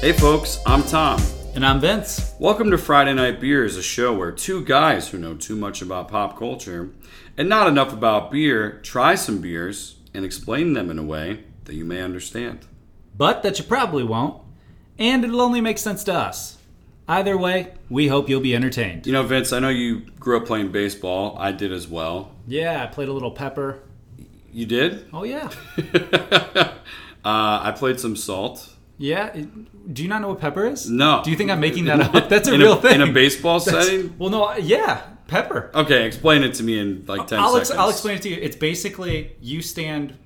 Hey folks, I'm Tom. And I'm Vince. Welcome to Friday Night Beers, a show where two guys who know too much about pop culture and not enough about beer try some beers and explain them in a way that you may understand. But that you probably won't. And it'll only make sense to us. Either way, we hope you'll be entertained. You know, Vince, I know you grew up playing baseball. I did as well. Yeah, I played a little pepper. You did? Oh, yeah. uh, I played some salt. Yeah. it- Do you not know what pepper is? No. Do you think I'm making that up? That's a in real a, thing. In a baseball That's- setting? Well, no, I- yeah, pepper. Okay, explain it to me in like 10 I'll, ex- seconds. I'll explain it to you. It's basically you stand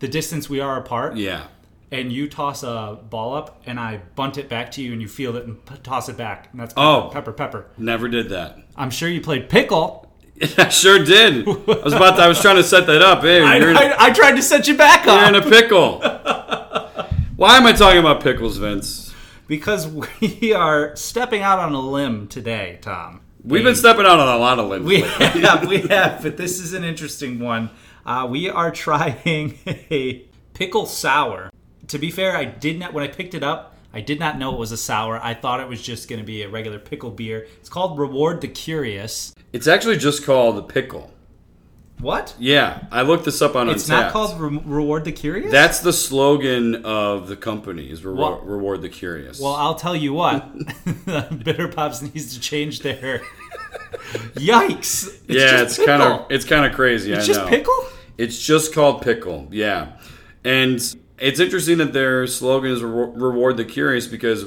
the distance we are apart, Yeah. and you toss a ball up, and I bunt it back to you, and you field it and p- toss it back. And that's pepper, Oh. pepper, pepper. Never did that. I'm sure you played pickle. I sure did. I was about. To, I was trying to set that up. Hey, I, you're, in, I, I tried to set you back you're up in a pickle. Why am I talking about pickles, Vince? because we are stepping out on a limb today, Tom. We've been stepping out on a lot of limbs. We lately. have, we have, but this is an interesting one. Uh, we are trying a pickle sour. To be fair, I did not when I picked it up. I did not know it was a sour. I thought it was just going to be a regular pickle beer. It's called Reward the Curious. it's actually just called the pickle. What? Yeah, I looked this up on. It's not Untappd. called Re- Reward the Curious. That's the slogan of the company: is reward, Well- reward the curious. Well, I'll tell you what, Bitter Pops needs to change their. Yikes! It's yeah, just it's kind pickle. of it's kind of crazy. I It's just know. pickle. It's just called pickle. Yeah, and it's interesting that their slogan is "Rewa- "Reward the Curious" because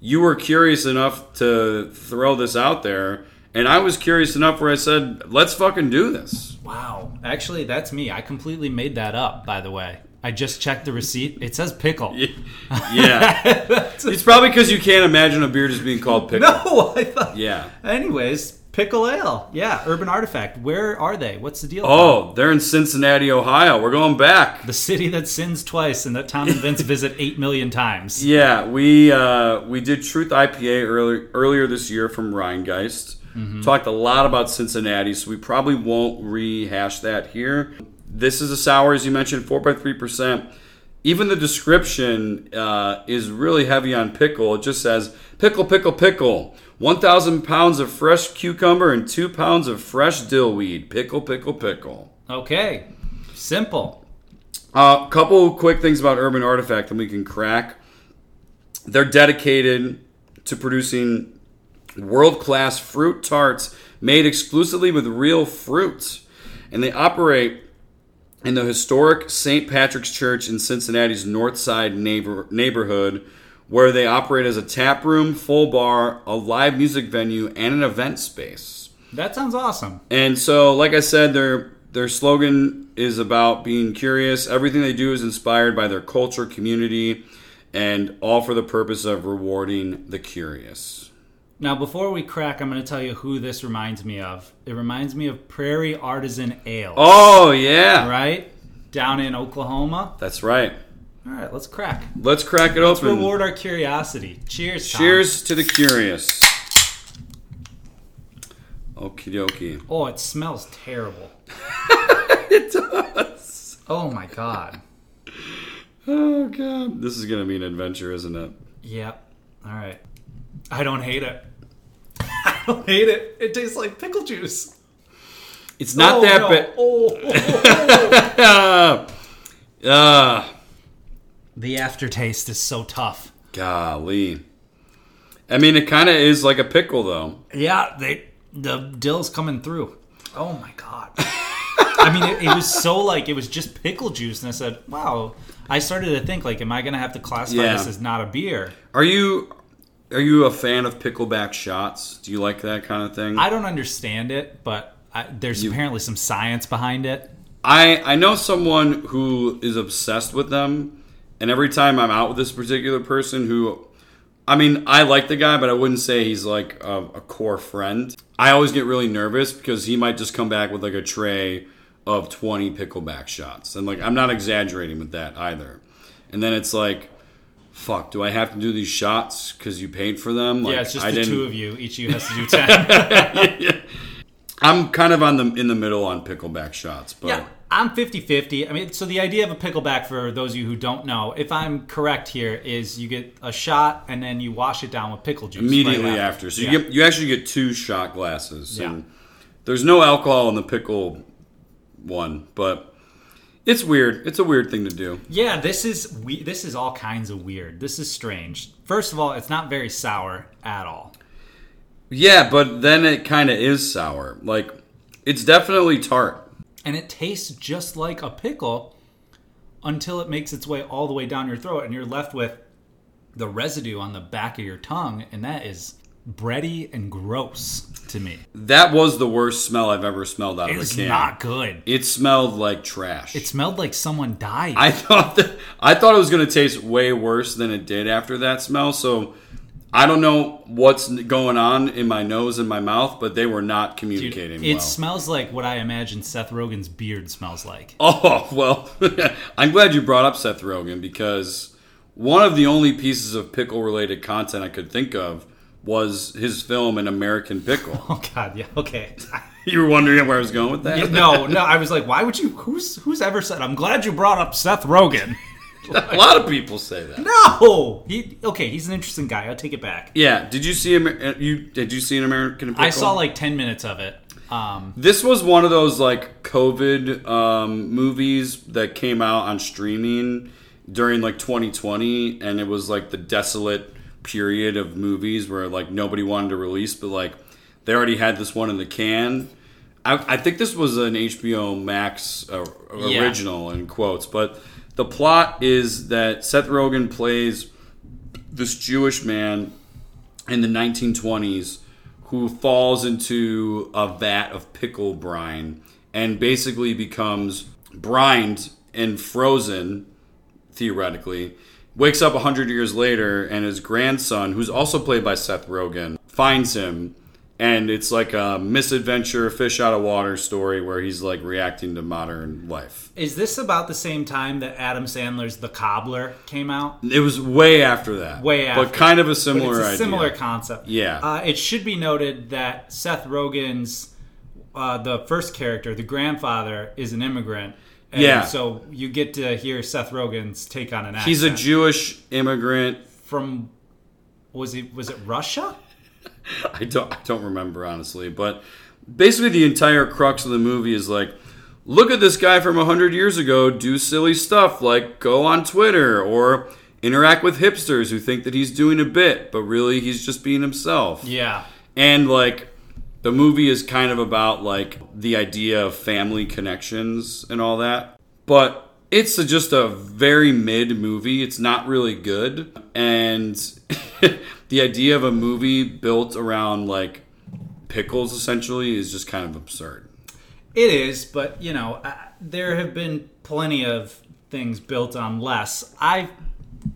you were curious enough to throw this out there, and I was curious enough where I said, "Let's fucking do this." Wow, actually, that's me. I completely made that up. By the way, I just checked the receipt. It says pickle. Yeah, it's probably because you can't imagine a beer just being called pickle. No, I thought. Yeah. Anyways, pickle ale. Yeah, Urban Artifact. Where are they? What's the deal? Oh, they're in Cincinnati, Ohio. We're going back. the city that sins twice and that Tom and Vince visit eight million times. Yeah, we uh, we did Truth IPA earlier earlier this year from Rheingeist. Talked a lot about Cincinnati, so we probably won't rehash that here. This is a sour, as you mentioned, four point three percent. Even the description uh, is really heavy on pickle. It just says pickle, pickle, pickle. One thousand pounds of fresh cucumber and two pounds of fresh dill weed. Pickle, pickle, pickle. Okay, simple. A uh, couple quick things about Urban Artifact, and we can crack. They're dedicated to producing world class fruit tarts made exclusively with real fruit, and they operate in the historic St. Patrick's Church in Cincinnati's North Side neighbor, neighborhood, where they operate as a tap room, full bar, a live music venue, and an event space. That sounds awesome. And so, like I said, their their slogan is about being curious. Everything they do is inspired by their culture, community, and all for the purpose of rewarding the curious. Now, before we crack, I'm going to tell you who this reminds me of. It reminds me of Prairie Artisan Ale, Oh yeah, right? Down in Oklahoma. that's right. All right, let's crack. Let's crack it open. Reward our curiosity. Cheers. Tom. Cheers to the curious. Okie dokie. Oh, it smells terrible. It does. Oh my god. Oh god, this is gonna be an adventure, isn't it? Yep. All right. I don't hate it. I don't hate it. It tastes like pickle juice. It's not Oh, that no. bad. Oh, oh, oh. Ah, ah. the aftertaste is so tough. Golly. I mean, it kind of is like a pickle, though. Yeah, they the dill's coming through. Oh my god. I mean, it, it was so like it was just pickle juice, and I said, "Wow." I started to think like, "Am I going to have to classify Yeah. this as not a beer?" Are you are you a fan of pickleback shots? Do you like that kind of thing? I don't understand it, but I, there's apparently some science behind it. I I know someone who is obsessed with them, and every time I'm out with this particular person, who, I mean, I like the guy, but I wouldn't say he's like a, a core friend. I always get really nervous because he might just come back with like a tray of 20 pickleback shots, and like I'm not exaggerating with that either. And then it's like, fuck, do I have to do these shots because you paid for them? Like, Yeah, it's just I the didn't- two of you. Each of you has to do ten. I'm kind of on the in the middle on pickleback shots, but yeah, I'm 50 50. I mean, so the idea of a pickleback, for those of you who don't know, if I'm correct here, is you get a shot and then you wash it down with pickle juice. right immediately after. So you Yeah. get you actually get two shot glasses. Yeah. And there's no alcohol in the pickle one, but it's weird. It's a weird thing to do. Yeah, this is we, this is all kinds of weird. This is strange. First of all, it's not very sour at all. Yeah, but then it kind of is sour. Like it's definitely tart. and it tastes just like a pickle until it makes its way all the way down your throat and you're left with the residue on the back of your tongue and that is bready and gross to me That was the worst smell I've ever smelled out of it's a can. not good It smelled like trash. it smelled like someone died I thought that I thought it was going to taste way worse than it did after that smell. So I don't know what's going on in my nose and my mouth, but they were not Dude, communicating it well. smells like what i imagine seth rogen's beard smells like Oh, well, I'm glad you brought up Seth Rogen because one of the only pieces of pickle related content I could think of was his film An American Pickle. oh god yeah okay you were wondering where I was going with that? no no i was like why would you who's who's ever said i'm glad you brought up seth rogen A lot of people say that. no he, okay he's an interesting guy i'll take it back Yeah, did you see Amer- uh, you did you see An American Pickle? I saw like 10 minutes of it. Um, This was one of those like COVID um, movies that came out on streaming during like 2020, and it was like the desolate period of movies where like nobody wanted to release, but like they already had this one in the can. I, I think this was an HBO Max uh, Yeah. original in quotes, but the plot is that Seth Rogen plays this Jewish man in the 1920s who falls into a vat of pickle brine and basically becomes brined and frozen theoretically wakes up 100 years later and his grandson who's also played by Seth Rogen finds him and it's like a misadventure fish out of water story where he's like reacting to modern life. is this about the same time that Adam Sandler's The Cobbler came out? It was way after that. Way But after. kind of a similar it's a idea. similar concept. Yeah. Uh, it should be noted that Seth Rogen's uh, the first character, the grandfather, is an immigrant. And Yeah. So you get to hear Seth Rogen's take on an accent. He's a Jewish immigrant from was it was it Russia? I don't I don't remember honestly, but basically the entire crux of the movie is like look at this guy from 100 years ago do silly stuff like go on Twitter or interact with hipsters who think that he's doing a bit, but really he's just being himself. Yeah. And like the movie is kind of about like the idea of family connections and all that. But it's a, just a very mid movie. It's not really good. And the idea of a movie built around like pickles essentially is just kind of absurd. It is, but you know, uh, there have been plenty of things built on less. I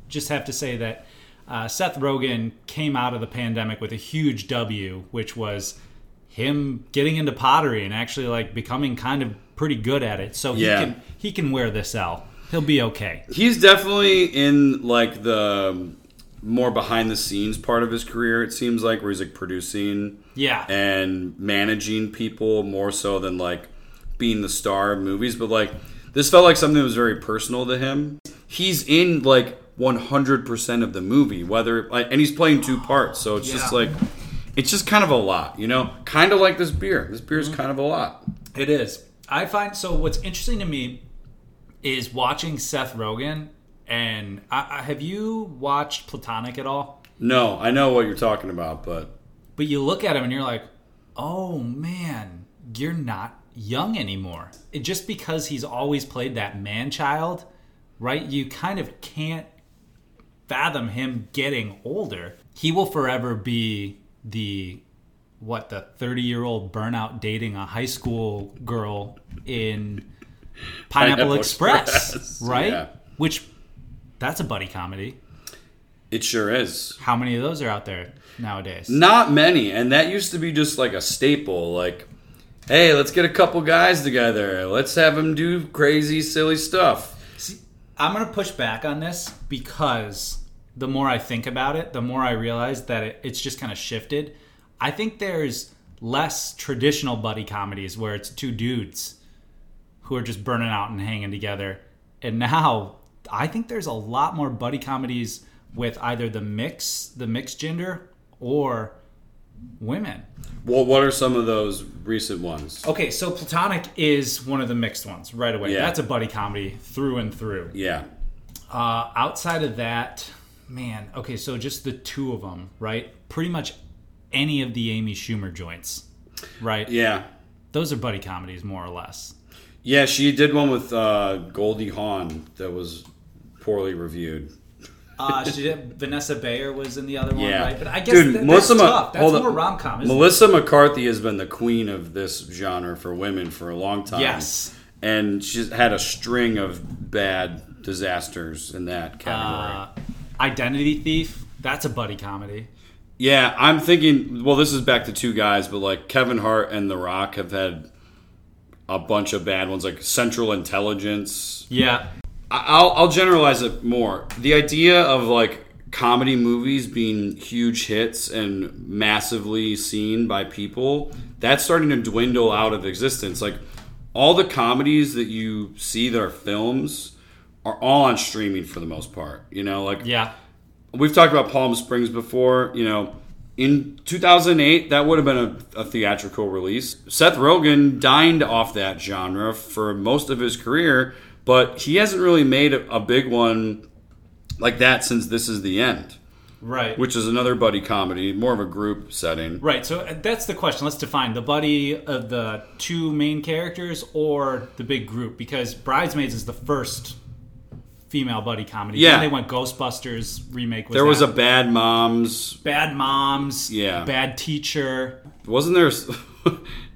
just have to say that uh, Seth Rogen came out of the pandemic with a huge W, which was him getting into pottery and actually like becoming kind of pretty good at it. So Yeah. he can he can wear this out. He'll be okay. He's definitely in like the um, more behind the scenes part of his career, it seems like, where he's like producing. Yeah. and managing people more so than like being the star of movies. But like this felt like something that was very personal to him. He's in like 100% of the movie, whether like, and he's playing two parts, so it's just Yeah. like it's just kind of a lot, you know. Kind of like this beer. This beer is kind of a lot. It is. I find so. What's interesting to me is watching Seth Rogen. And I, I, have you watched Platonic at all? No, I know what you're talking about, but But you look at him and you're like, oh man, you're not young anymore. It, just because he's always played that man child, right? You kind of can't fathom him getting older. He will forever be the what the 30 year old burnout dating a high school girl in Pineapple, Pineapple Express, Express, right? yeah. Which that's a buddy comedy. it sure is. How many of those are out there nowadays? Not many, and that used to be just like a staple. Like, hey, let's get a couple guys together. Let's have them do crazy, silly stuff. See, I'm going to push back on this because the more I think about it, the more I realize that it, it's just kind of shifted. I think there's less traditional buddy comedies where it's two dudes who are just burning out and hanging together. And now I think there's a lot more buddy comedies with either the mix, the mixed gender, or women. Well, what are some of those recent ones? Okay, so Platonic is one of the mixed ones right away. Yeah. That's a buddy comedy through and through. Yeah. Uh, outside of that, man, okay, so just the two of them, right? Pretty much any of the Amy Schumer joints, right? Yeah. Those are buddy comedies, more or less. Yeah, she did one with uh, Goldie Hawn that was poorly reviewed. Uh, she did, Vanessa Bayer was in the other one, Yeah, right? But I guess Dude, that, Melissa that's Ma- tough. That's hold up. more rom com, isn't Melissa McCarthy has been the queen of this genre for women for a long time. Yes. and she's had a string of bad disasters in that category. Uh, Identity Thief, that's a buddy comedy. yeah, I'm thinking. Well, this is back to two guys, but like Kevin Hart and The Rock have had a bunch of bad ones, like Central Intelligence. Yeah. I- I'll, I'll generalize it more. The idea of like comedy movies being huge hits and massively seen by people, that's starting to dwindle out of existence. Like all the comedies that you see that are films are all on streaming for the most part. You know, like Yeah. we've talked about Palm Springs before. You know, in 2008, that would have been a, a theatrical release. Seth Rogen dined off that genre for most of his career, but he hasn't really made a, a big one like that since This Is the End, Right. which is another buddy comedy, more of a group setting. Right, so uh, that's the question. Let's define the buddy of the two main characters or the big group because Bridesmaids is the first female buddy comedy. Yeah. Then they went Ghostbusters remake. Was There was a that. Bad Moms. bad moms. Yeah. Bad teacher. Wasn't there? s-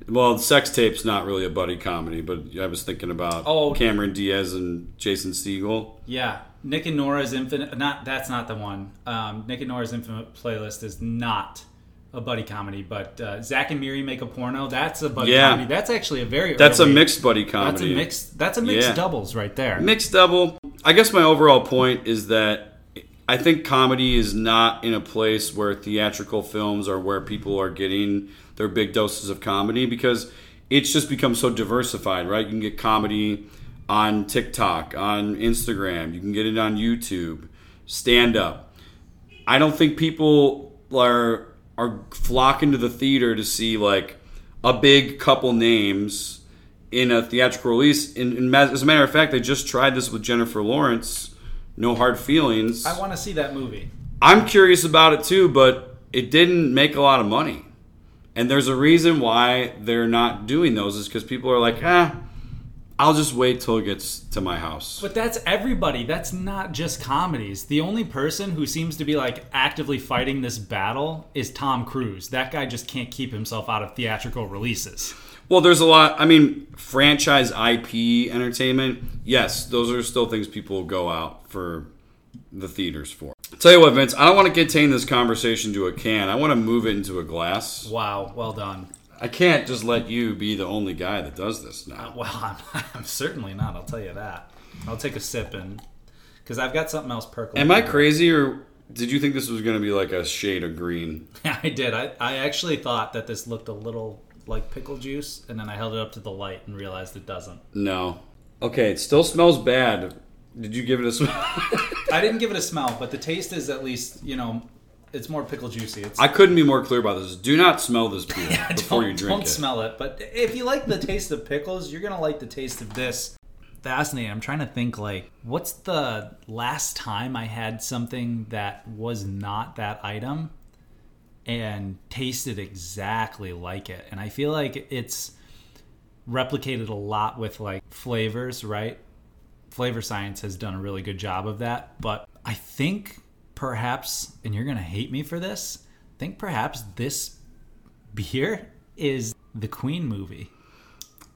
Well, sex tape's not really a buddy comedy, but I was thinking about Oh. Cameron Diaz and Jason Segel. Yeah. Nick and Nora's infinite. Not that's not the one. Um, Nick and Nora's infinite playlist is not a buddy comedy, but uh, Zach and Miri make a porno. That's a buddy Yeah. comedy. That's actually a very. That's a early- mixed buddy comedy. That's a mixed. That's a mixed Yeah. doubles right there. Mixed double. I guess my overall point is that I think comedy is not in a place where theatrical films are where people are getting their big doses of comedy because it's just become so diversified, right? You can get comedy on TikTok, on Instagram, you can get it on YouTube, stand up. I don't think people are are flocking to the theater to see like a big couple names in a theatrical release. In, in, ma- as a matter of fact, they just tried this with Jennifer Lawrence. No hard feelings. I want to see that movie. I'm curious about it too, but it didn't make a lot of money. And there's a reason why they're not doing those is because people are like, ah, I'll just wait till it gets to my house. But that's everybody. That's not just comedies. The only person who seems to be like actively fighting this battle is Tom Cruise. That guy just can't keep himself out of theatrical releases. Well, there's a lot. I mean, franchise IP entertainment. Yes, those are still things people go out for the theaters for. Tell you what, Vince, I don't want to contain this conversation to a can. I want to move it into a glass. Wow, well done. I can't just let you be the only guy that does this now. Well, I'm, I'm certainly not. I'll tell you that. I'll take a sip and because I've got something else percolating. Am I crazy or did you think this was going to be like a shade of green? I did. I, I actually thought that this looked a little like pickle juice, and then I held it up to the light and realized it doesn't. No. Okay, it still smells bad. Did you give it a smell? I didn't give it a smell, but the taste is at least you know, it's more pickle juicy. It's I couldn't be more clear about this. Do not smell this beer before don't, you drink don't it. smell it. But if you like the taste of pickles, you're gonna like the taste of this. Fascinating. I'm trying to think like what's the last time I had something that was not that item and tasted exactly like it. And I feel like it's replicated a lot with like flavors, right? Flavor science has done a really good job of that, but I think perhaps and you're going to hate me for this, I think perhaps this beer is the Queen movie,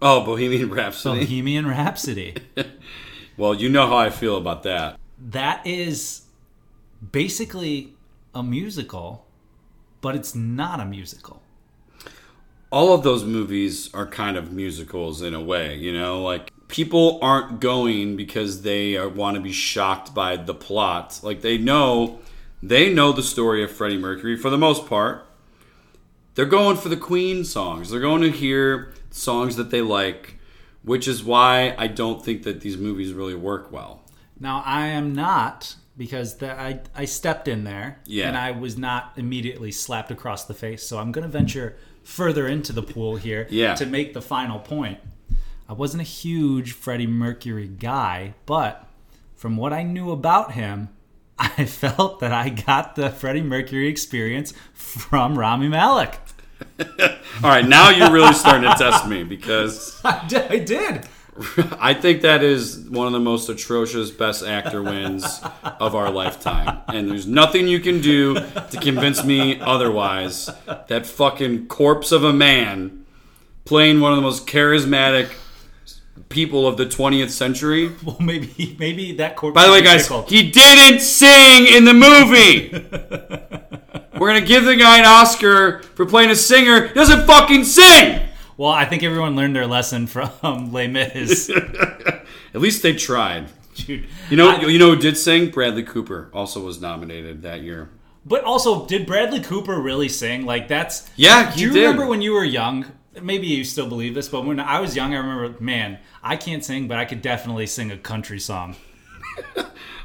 oh, Bohemian Rhapsody. Bohemian Rhapsody. Well, you know how I feel about that. That is basically a musical, but it's not a musical. all of those movies are kind of musicals in a way, you know? Like, people aren't going because they are, want to be shocked by the plot. Like, they know, they know the story of Freddie Mercury for the most part. They're going for the Queen songs. They're going to hear songs that they like. which is why I don't think that these movies really work well. Now I am not because the, I I stepped in there Yeah. and I was not immediately slapped across the face. So I'm going to venture further into the pool here Yeah. to make the final point. I wasn't a huge Freddie Mercury guy, but from what I knew about him, I felt that I got the Freddie Mercury experience from Rami Malek. All right, now you're really starting to test me because I did. I did. I think that is one of the most atrocious best actor wins of our lifetime. And there's nothing you can do to convince me otherwise. That fucking corpse of a man playing one of the most charismatic people of the 20th century. Well, maybe maybe that corpse. By the way, guys, he didn't sing in the movie. We're gonna give the guy an Oscar for playing a singer. He doesn't fucking sing. Well, I think everyone learned their lesson from Les Mis. At least they tried. Dude, You know, you know who did sing? Bradley Cooper also was nominated that year. But also, did Bradley Cooper really sing? Like that's Yeah, Do he you did. remember when you were young? Maybe you still believe this, but when I was young, I remember, man, I can't sing, but I could definitely sing a country song.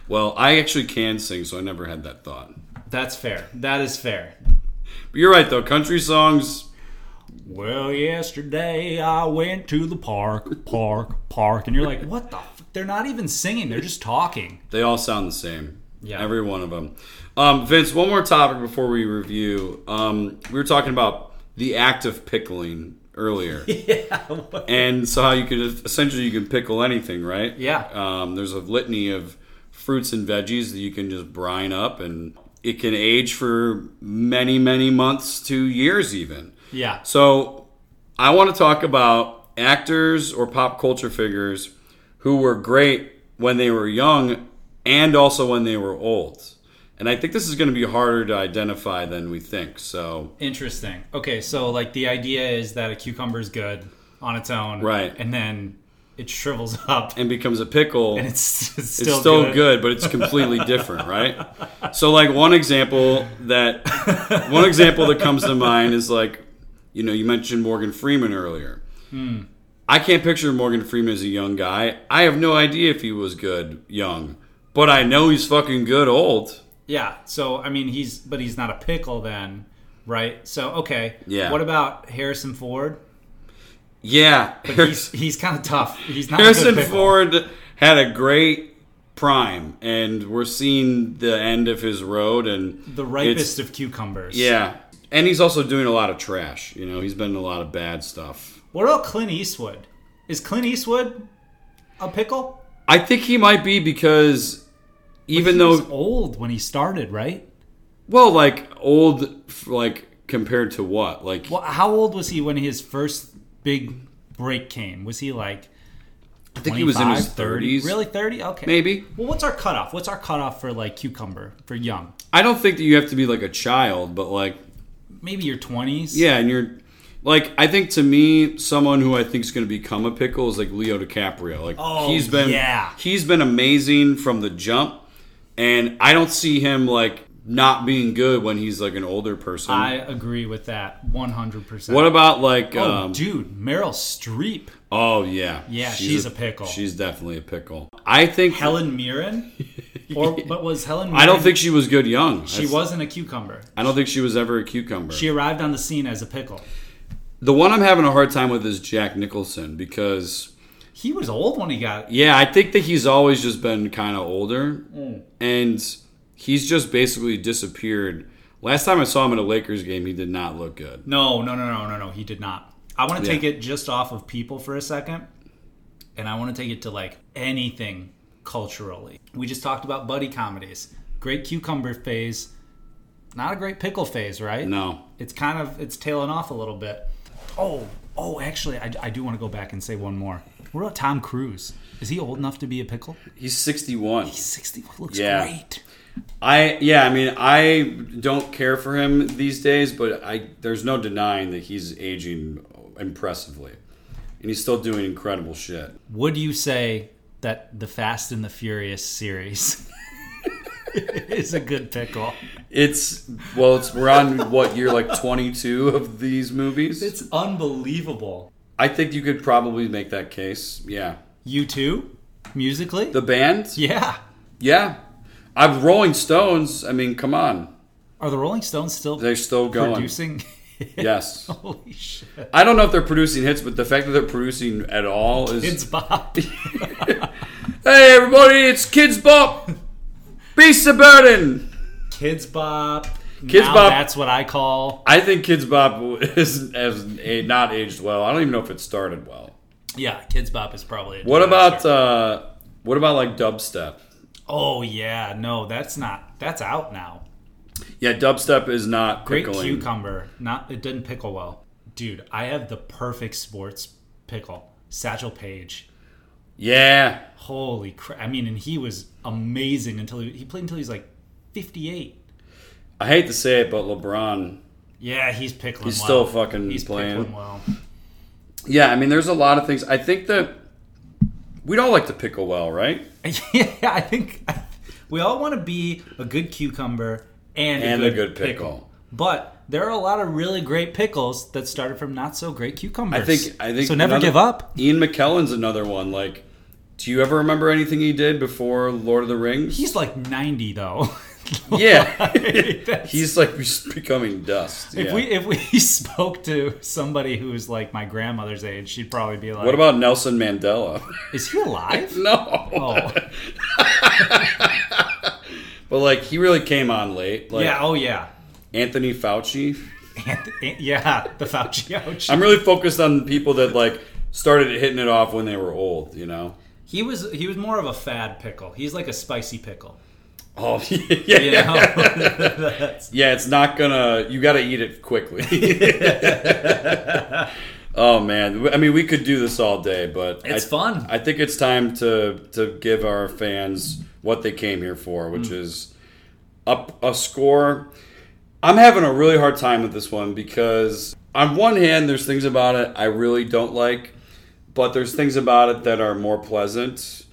Well, I actually can sing, so I never had that thought. That's fair. That is fair. But you're right, though. Country songs. Well, yesterday I went to the park, park, park, and you're like, what the? F-? They're not even singing; they're just talking. They all sound the same. Yeah. Every one of them. Um, Vince, one more topic before we review. Um, we were talking about the act of pickling earlier. Yeah. and so how you could essentially you can pickle anything, right? Yeah. Um, there's a litany of fruits and veggies that you can just brine up, and it can age for many, many months to years, even. Yeah. So I want to talk about actors or pop culture figures who were great when they were young and also when they were old. And I think this is going to be harder to identify than we think. So Interesting. Okay, so like the idea is that a cucumber is good on its own, Right. And then it shrivels up, and becomes a pickle. and it's, it's it's still, still, good. but it's completely different, right? So like one example that one example that comes to mind is like, you know, you mentioned Morgan Freeman earlier. Hmm. I can't picture Morgan Freeman as a young guy. I have no idea if he was good young, but I know he's fucking good old. Yeah. So I mean, he's but he's not a pickle then, right? So okay. Yeah. What about Harrison Ford? Yeah, He's he's kind of tough. He's not a Harrison good pickle. Ford had a great prime, and we're seeing the end of his road. And the it's- ripest of cucumbers. Yeah. And he's also doing a lot of trash. You know, he's been in a lot of bad stuff. What about Clint Eastwood? Is Clint Eastwood a pickle? I think he might be because even He though, was old when he started, right? well, like old, f- like compared to what? Like, Well, how old was he when his first big break came? Was he like I think he was in his 25, 30s. Really, 30? Okay. Maybe. Well, what's our cutoff? What's our cutoff for like cucumber for young? I don't think that you have to be like a child, but like, Maybe your 20s. yeah, and you're. Like I think to me, someone who I think is going to become a pickle is like Leo DiCaprio. Like Oh, he's been, yeah. he's been amazing from the jump, and I don't see him like not being good when he's like an older person. I agree with that 100%. What about like? Oh, um, dude, Meryl Streep, oh yeah, Yeah, she's a pickle. She's definitely a pickle. I think. Helen Mirren, or but was Helen? Mirren, I don't think she was good young. she wasn't a cucumber. I don't think she was ever a cucumber. She arrived on the scene as a pickle. the one I'm having a hard time with is Jack Nicholson because He was old when he got. yeah, I think that he's always just been kind of older, Mm. and he's just basically disappeared. Last time I saw him at a Lakers game, he did not look good. No, no, no, no, no, no. He did not. I want to Yeah. take it just off of people for a second, and I want to take it to like anything culturally. We just talked about buddy comedies. Great cucumber phase, not a great pickle phase, right? No, it's kind of it's tailing off a little bit. Oh, oh, actually, I, I do want to go back and say one more. What about Tom Cruise? Is he old enough to be a pickle? he's 61. He's sixty. Looks Yeah. great. I yeah, I mean, I don't care for him these days, but I there's no denying that he's aging impressively, and he's still doing incredible shit. Would you say that the Fast and the Furious series is a good pickle? It's well, it's we're on what year like 22 of these movies. It's unbelievable. I think you could probably make that case. Yeah. You too, musically. The band? yeah. Yeah. I'm Rolling Stones. I mean, come on. Are the Rolling Stones still They're still going. producing? Yes. Holy shit! I don't know if they're producing hits, but the fact that they're producing at all is It's Bob. Hey everybody, it's Kids Bop. Beast of Burden. Kids Bop. Kids now Bop. That's what I call. I think Kids Bop is has a, not aged well. I don't even know if it started well. Yeah, Kids Bop is probably. A What disaster. about uh what about like dubstep? Oh yeah, no, that's not. That's out now. Yeah, dubstep is not Great pickling. cucumber. Not it didn't pickle well, dude. I have the perfect sports pickle. Satchel Paige. Yeah. Holy crap! I mean, and he was amazing until he, he played until he's like fifty-eight. I hate to say it, but LeBron Yeah, he's pickling. He's well. still fucking he's playing. Pickling well. Yeah, I mean, there's a lot of things. I think that we'd all like to pickle well, right? yeah, I think we all want to be a good cucumber and, And a, a good good pickle. But there are a lot of really great pickles that started from not so great cucumbers. I think. I think. so. Never another- give up. Ian McKellen's another one. Like, do you ever remember anything he did before Lord of the Rings? He's like ninety though. yeah, That's- he's like he's becoming dust. If yeah. we if we spoke to somebody who was like my grandmother's age, she'd probably be like, what about Nelson Mandela? Is he alive?" no, oh but like he really came on late. Like yeah, oh yeah, Anthony Fauci. and, and- yeah, the Fauci. ouch. I'm really focused on people that like started hitting it off when they were old. You know. He was he was more of a fad pickle. He's like a spicy pickle. Oh yeah, You yeah. know? That's- Yeah, it's not gonna. You got to eat it quickly. oh man, I mean, we could do this all day, but It's I, fun. I think it's time to to give our fans what they came here for, which Mm. is up a score. I'm having a really hard time with this one because on one hand, there's things about it I really don't like, but there's things about it that are more pleasant,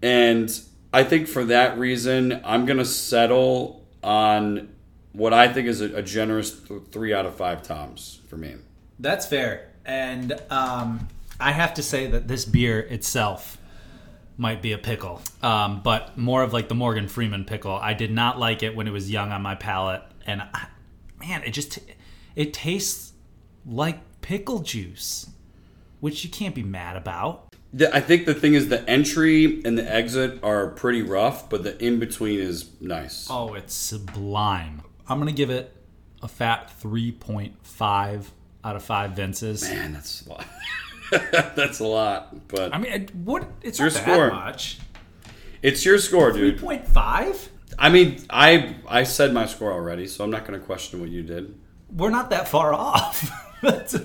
and I think for that reason, I'm gonna settle on what I think is a, a generous th- three out of five toms for me. That's fair. And um, I have to say that this beer itself might be a pickle, um, but more of like the Morgan Freeman pickle. I did not like it when it was young on my palate, and I, man, it just it tastes like pickle juice, which you can't be mad about. The- I think the thing is the entry and the exit are pretty rough, but the in between is nice. Oh, it's sublime. I'm gonna give it a fat 3.5 out of five Vinces. Man, that's a lot. that's a lot, but I mean, it- what? It's Your not score. that much. it's your score, dude. 3.5. I mean, I I said my score already, so I'm not going to question what you did. we're not that far off. That's-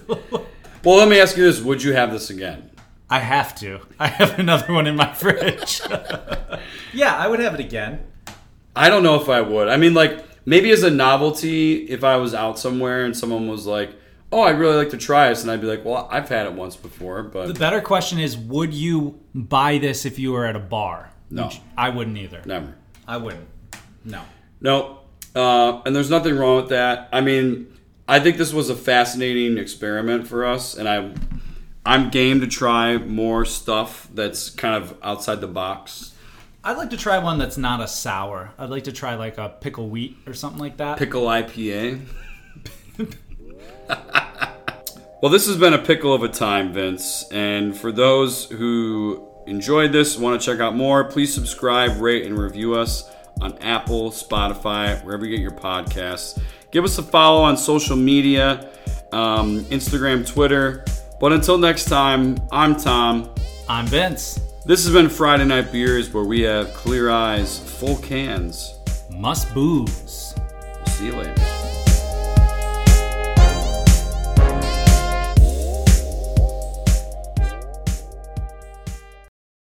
Well, let me ask you this: Would you have this again? I have to. I have another one in my fridge. yeah, I would have it again. I don't know if I would. I mean, like maybe as a novelty, if I was out somewhere and someone was like, "Oh, I'd really like to try this," and I'd be like, "Well, I've had it once before, The but better question is would you buy this if you were at a bar? No. Which I wouldn't either. never." I wouldn't. No. No, uh, and there's nothing wrong with that. I mean, I think this was a fascinating experiment for us, and I, I'm game to try more stuff that's kind of outside the box. I'd like to try one that's not a sour. I'd like to try like a pickle wheat or something like that. Pickle IPA. well, this has been a pickle of a time, Vince. And for those who enjoyed this, want to check out more, please subscribe, rate, and review us on Apple, Spotify, wherever you get your podcasts. Give us a follow on social media um, Instagram, Twitter. But until next time, I'm Tom. I'm Vince. This has been Friday Night Beers, where we have clear eyes, full cans. Must booze. See you later.